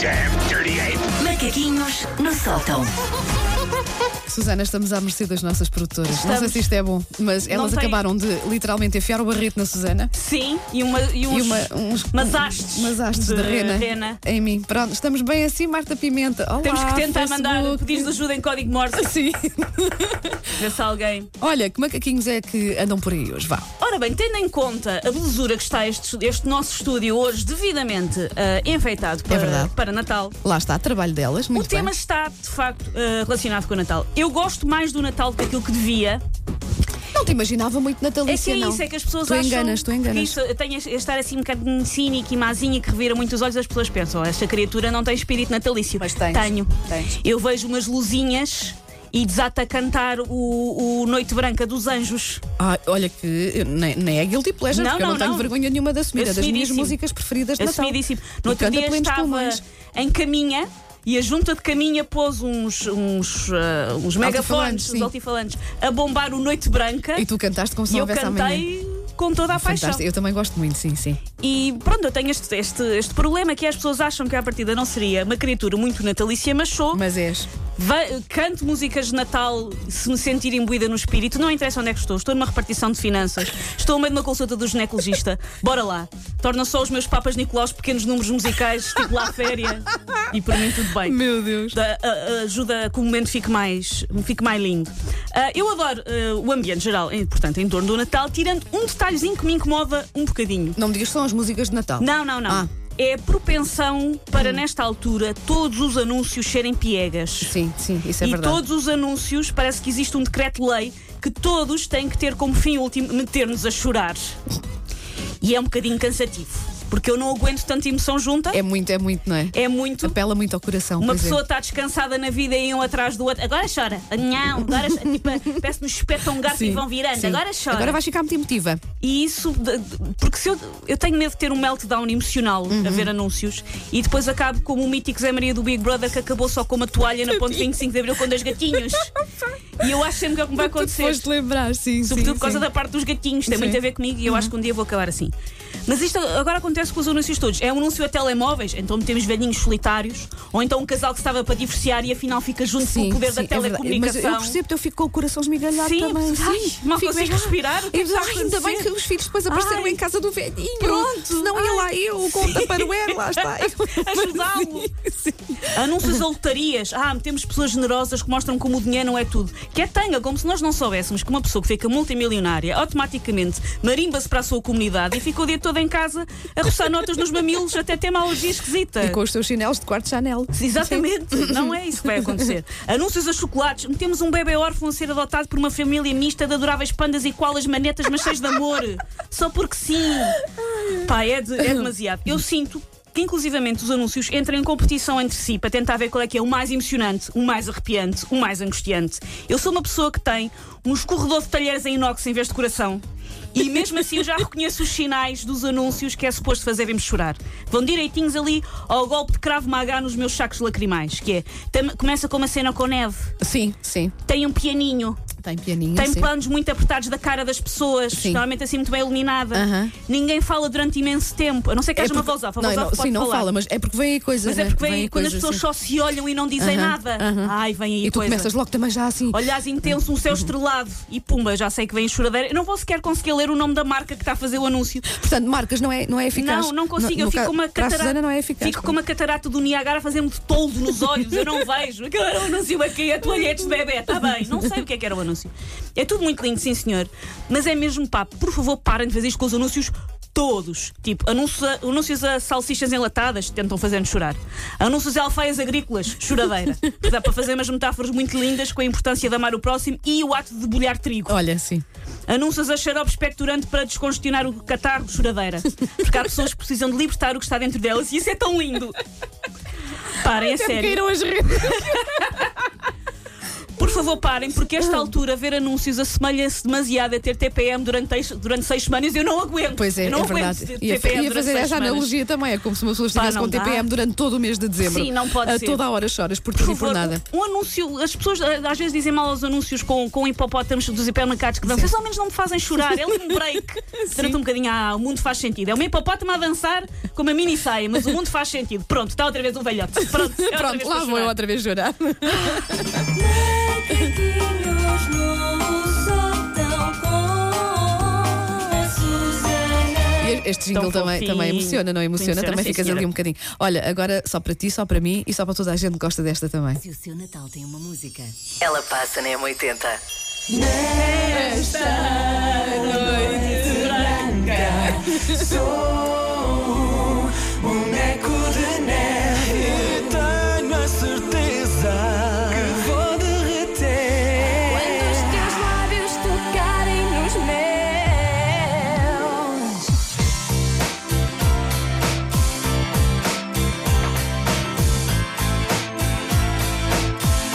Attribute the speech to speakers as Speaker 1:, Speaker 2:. Speaker 1: damn dirty ape!
Speaker 2: Macaquinhos no sótão.
Speaker 3: Susana, estamos à mercê das nossas produtoras. Não sei
Speaker 4: Estamos.
Speaker 3: se isto é bom, mas elas
Speaker 4: tem-
Speaker 3: acabaram de literalmente enfiar o barrete na Susana
Speaker 4: Sim, e, uma, e uns.
Speaker 3: e uma, uns
Speaker 4: umas hastes
Speaker 3: umas hastes de,
Speaker 4: de
Speaker 3: rena,
Speaker 4: rena.
Speaker 3: em mim. Pronto, estamos bem assim, Marta Pimenta. Olá,
Speaker 4: Temos que tentar
Speaker 3: Facebook.
Speaker 4: mandar pedidos de ajuda em código morse.
Speaker 3: Sim.
Speaker 4: Ver se alguém.
Speaker 3: Olha, que macaquinhos é que andam por aí hoje? Vá.
Speaker 4: Ora bem, tendo em conta a belezura que está este, este nosso estúdio hoje devidamente ah, enfeitado para,
Speaker 3: É verdade.
Speaker 4: para Natal,
Speaker 3: Lá está, trabalho delas. Muito
Speaker 4: o tema
Speaker 3: bem.
Speaker 4: está de facto ah, relacionado com o Natal. Eu gosto mais do Natal do que aquilo que devia.
Speaker 3: Não te imaginava muito
Speaker 4: É que
Speaker 3: natalícia,
Speaker 4: é
Speaker 3: não.
Speaker 4: isso, é que as pessoas
Speaker 3: Tu
Speaker 4: acham.
Speaker 3: enganas, tu enganas.
Speaker 4: que Isso, eu tenho a estar assim um bocadinho cínico e mazinha que revira muito os olhos, as pessoas pensam, "Oh, esta criatura não tem espírito natalício.
Speaker 3: Mas tens,
Speaker 4: Tenho.
Speaker 3: tens.
Speaker 4: Eu vejo umas luzinhas e desata a cantar o, o Noite Branca dos Anjos.
Speaker 3: Ah, olha que eu nem, nem é guilty pleasure,
Speaker 4: Não,
Speaker 3: porque eu não
Speaker 4: não,
Speaker 3: tenho
Speaker 4: não.
Speaker 3: vergonha nenhuma de assumir. É das minhas
Speaker 4: Assumidíssimo.
Speaker 3: músicas preferidas de Natal.
Speaker 4: Assumidíssimo.
Speaker 3: Então, E
Speaker 4: No outro
Speaker 3: canta
Speaker 4: dia
Speaker 3: plenos
Speaker 4: estava
Speaker 3: pulmões.
Speaker 4: em caminha e a junta de caminha pôs uns, uns, ah, uns
Speaker 3: Altifalantes,
Speaker 4: megafones,
Speaker 3: sim.
Speaker 4: uns altifalantes, a bombar o Noite Branca
Speaker 3: E tu cantaste como se
Speaker 4: e
Speaker 3: não
Speaker 4: eu
Speaker 3: houvesse amanhã.
Speaker 4: cantei com toda a paixão.
Speaker 3: Fantástico. Eu também gosto muito, sim, sim.
Speaker 4: E pronto, eu tenho este, este, este problema que as pessoas acham que à partida não seria uma criatura muito natalícia, mas sou.
Speaker 3: Mas és.
Speaker 4: Ve- canto músicas de Natal se me sentir imbuída no espírito. Não interessa onde é que estou. Estou numa repartição de finanças. Estou no meio de uma consulta do ginecologista. Bora lá. Torna só os meus papas Nicolau pequenos números musicais, tipo lá à féria. E para mim tudo bem.
Speaker 3: Meu Deus.
Speaker 4: Da- a- a- ajuda a que o momento fique mais, fique mais lindo. Ah, eu adoro ah, o ambiente geral, em- portanto, em torno do Natal, tirando um detalhezinho que me incomoda um bocadinho.
Speaker 3: Não me digas que são as músicas de Natal.
Speaker 4: Não, não, não.
Speaker 3: Ah.
Speaker 4: É a propensão para, nesta altura, todos os anúncios serem piegas.
Speaker 3: Sim, sim, isso é
Speaker 4: e
Speaker 3: verdade.
Speaker 4: todos os anúncios, parece que existe um decreto-lei que todos têm que ter como fim último meter-nos a chorar. E é um bocadinho cansativo, porque eu não aguento tanta emoção junta.
Speaker 3: É muito, é muito, não é?
Speaker 4: É muito.
Speaker 3: Apela muito ao coração.
Speaker 4: Uma
Speaker 3: pois é.
Speaker 4: pessoa está descansada na vida e um atrás do outro. Agora chora. Não, agora tipo, parece que nos espetam um garfo
Speaker 3: Sim,
Speaker 4: e vão virando.
Speaker 3: sim.
Speaker 4: Agora chora.
Speaker 3: Agora vais ficar muito emotiva.
Speaker 4: E isso, de- de- porque se eu, eu tenho medo de ter um meltdown emocional a
Speaker 3: Uhum.
Speaker 4: ver anúncios e depois acabo como o mítico Zé Maria do Big Brother que acabou só com uma toalha na ponte 25 de Abril com dois gatinhos. E eu acho sempre que é o que me vai acontecer.
Speaker 3: Depois de lembrar, sim.
Speaker 4: Sobretudo
Speaker 3: sim,
Speaker 4: por causa
Speaker 3: sim.
Speaker 4: da parte dos gatinhos, tem
Speaker 3: Sim.
Speaker 4: muito a ver comigo e eu acho que um dia vou acabar assim. Mas isto agora acontece com os anúncios todos. É um anúncio a telemóveis, então temos velhinhos solitários, ou então um casal que estava para divorciar e afinal fica junto com o poder da
Speaker 3: é verdade. Mas
Speaker 4: telecomunicação.
Speaker 3: eu percebo, eu fico com o coração esmigalhado
Speaker 4: Sim,
Speaker 3: também.
Speaker 4: ai, mal
Speaker 3: Fico
Speaker 4: consigo
Speaker 3: mesmo-
Speaker 4: respirar, o que é que está a
Speaker 3: Ai, ainda bem que
Speaker 4: acontecer?
Speaker 3: os filhos depois apareceram
Speaker 4: Ai.
Speaker 3: em casa do velhinho.
Speaker 4: Pronto.
Speaker 3: Senão ia lá eu, com o taparoeiro, lá está.
Speaker 4: Ajudá-lo.
Speaker 3: Sim.
Speaker 4: Anúncios a lotarias. Ah, metemos pessoas generosas que mostram como o dinheiro não é tudo. Que é tanga, como se nós não soubéssemos que uma pessoa que fica multimilionária automaticamente marimba-se para a sua comunidade e fica o dia todo em casa a roçar notas nos mamilos até ter uma alergia esquisita.
Speaker 3: E com os teus chinelos de quarto Chanel.
Speaker 4: Exatamente, não é isso que vai acontecer. Anúncios a chocolates. Temos um bebê órfão a ser adotado por uma família mista de adoráveis pandas e koalas manetas, mas cheios de amor. Só porque sim. Pá, é, de- é demasiado. Eu sinto que, inclusivamente, os anúncios entram em competição entre si para tentar ver qual é que é o mais emocionante, o mais arrepiante, o mais angustiante. Eu sou uma pessoa que tem um escorredor de talheres em inox em vez de coração. E mesmo assim eu já reconheço os sinais dos anúncios que é suposto fazerem-me chorar. Vão direitinhos ali ao golpe de cravo magá nos meus sacos lacrimais, que é, tem- começa com uma cena com neve,
Speaker 3: Sim, sim.
Speaker 4: tem um pianinho,
Speaker 3: Tem pianinho.
Speaker 4: tem
Speaker 3: sim.
Speaker 4: planos muito apertados da cara das pessoas,
Speaker 3: Sim.
Speaker 4: normalmente assim muito bem iluminada.
Speaker 3: Aham.
Speaker 4: Ninguém fala durante imenso tempo, a não ser que haja uma
Speaker 3: É porque-
Speaker 4: voz off, a
Speaker 3: não,
Speaker 4: voz
Speaker 3: não,
Speaker 4: off pode
Speaker 3: sim, não
Speaker 4: falar.
Speaker 3: fala, mas é porque vem aí coisa.
Speaker 4: Mas
Speaker 3: né?
Speaker 4: é porque vem, aí
Speaker 3: aí
Speaker 4: quando as
Speaker 3: coisa,
Speaker 4: pessoas
Speaker 3: sim.
Speaker 4: só se olham e não dizem
Speaker 3: Aham,
Speaker 4: nada.
Speaker 3: aham.
Speaker 4: Ai, vem aí
Speaker 3: E tu
Speaker 4: coisa.
Speaker 3: começas logo também já assim.
Speaker 4: Olhares intenso, um céu estrelado e pumba, já sei que vem choradeira. Eu não vou sequer conseguir ler o nome da marca que está a fazer o anúncio.
Speaker 3: Portanto, marcas não é, não é eficaz.
Speaker 4: Não, não
Speaker 3: No-
Speaker 4: consigo.
Speaker 3: no
Speaker 4: eu fico
Speaker 3: ca-
Speaker 4: com uma
Speaker 3: Para a Susana
Speaker 4: catarata.
Speaker 3: não é eficaz.
Speaker 4: Fico com uma catarata do Niagara a fazer-me de toldo nos olhos. Eu não vejo. Aquilo era um anúncio aqui, a toalhetes de bebê. Está bem. Não sei o que é que era o anúncio. É tudo muito lindo, sim, senhor. Mas é mesmo pá, por favor, parem de fazer isto com os anúncios. Todos. Tipo, anúncios a, anúncios a salsichas enlatadas, tentam fazer-nos chorar. Anúncios a alfaias agrícolas, choradeira. Dá para fazer umas metáforas muito lindas com a importância de amar o próximo e o ato de bolhar trigo.
Speaker 3: Olha, sim.
Speaker 4: Anúncios a xarope expectorante para descongestionar o catarro choradeira. Porque há pessoas que precisam de libertar o que está dentro delas e isso é tão lindo. Parem, é sério.
Speaker 3: as redes.
Speaker 4: Por favor, parem, porque esta
Speaker 3: Ah.
Speaker 4: altura ver anúncios assemelha-se demasiado a ter TPM durante, eis- durante seis semanas e eu não aguento.
Speaker 3: Pois é,
Speaker 4: eu não
Speaker 3: é
Speaker 4: aguento
Speaker 3: verdade.
Speaker 4: ter
Speaker 3: Ia,
Speaker 4: TPM
Speaker 3: ia
Speaker 4: durante
Speaker 3: fazer
Speaker 4: seis
Speaker 3: essa
Speaker 4: semanas.
Speaker 3: analogia também, é como se uma pessoa estivesse
Speaker 4: não
Speaker 3: com
Speaker 4: dá.
Speaker 3: TPM durante todo o mês de dezembro.
Speaker 4: Sim, não pode
Speaker 3: A
Speaker 4: ser.
Speaker 3: toda hora choras por
Speaker 4: Por
Speaker 3: tudo e por
Speaker 4: favor,
Speaker 3: nada.
Speaker 4: um anúncio, as pessoas ah, às vezes dizem mal aos anúncios com, com hipopótamos dos hipermercados que dançam. Eles ao menos não me fazem chorar, é ali um break. Durante um bocadinho, ah, o mundo faz sentido. É uma hipopótamo a dançar com uma mini saia, mas o mundo faz sentido. Pronto, está outra vez um velhote. Pronto, é outra
Speaker 3: Pronto,
Speaker 4: vez
Speaker 3: lá
Speaker 4: para
Speaker 3: vou eu
Speaker 4: chorar.
Speaker 3: outra vez chorar.
Speaker 1: Macaquinhos no soltão com a Susana.
Speaker 3: E Este jingle
Speaker 4: Tão
Speaker 3: também,
Speaker 4: fofinho.
Speaker 3: também emociona, não é emociona?
Speaker 4: Emociona,
Speaker 3: também
Speaker 4: sim,
Speaker 3: ficas ali
Speaker 4: senhora.
Speaker 3: um bocadinho. Olha, agora só para ti, só para mim e só para toda a gente que gosta desta também.
Speaker 2: Se o seu Natal tem uma música, ela passa na M80.
Speaker 1: Sou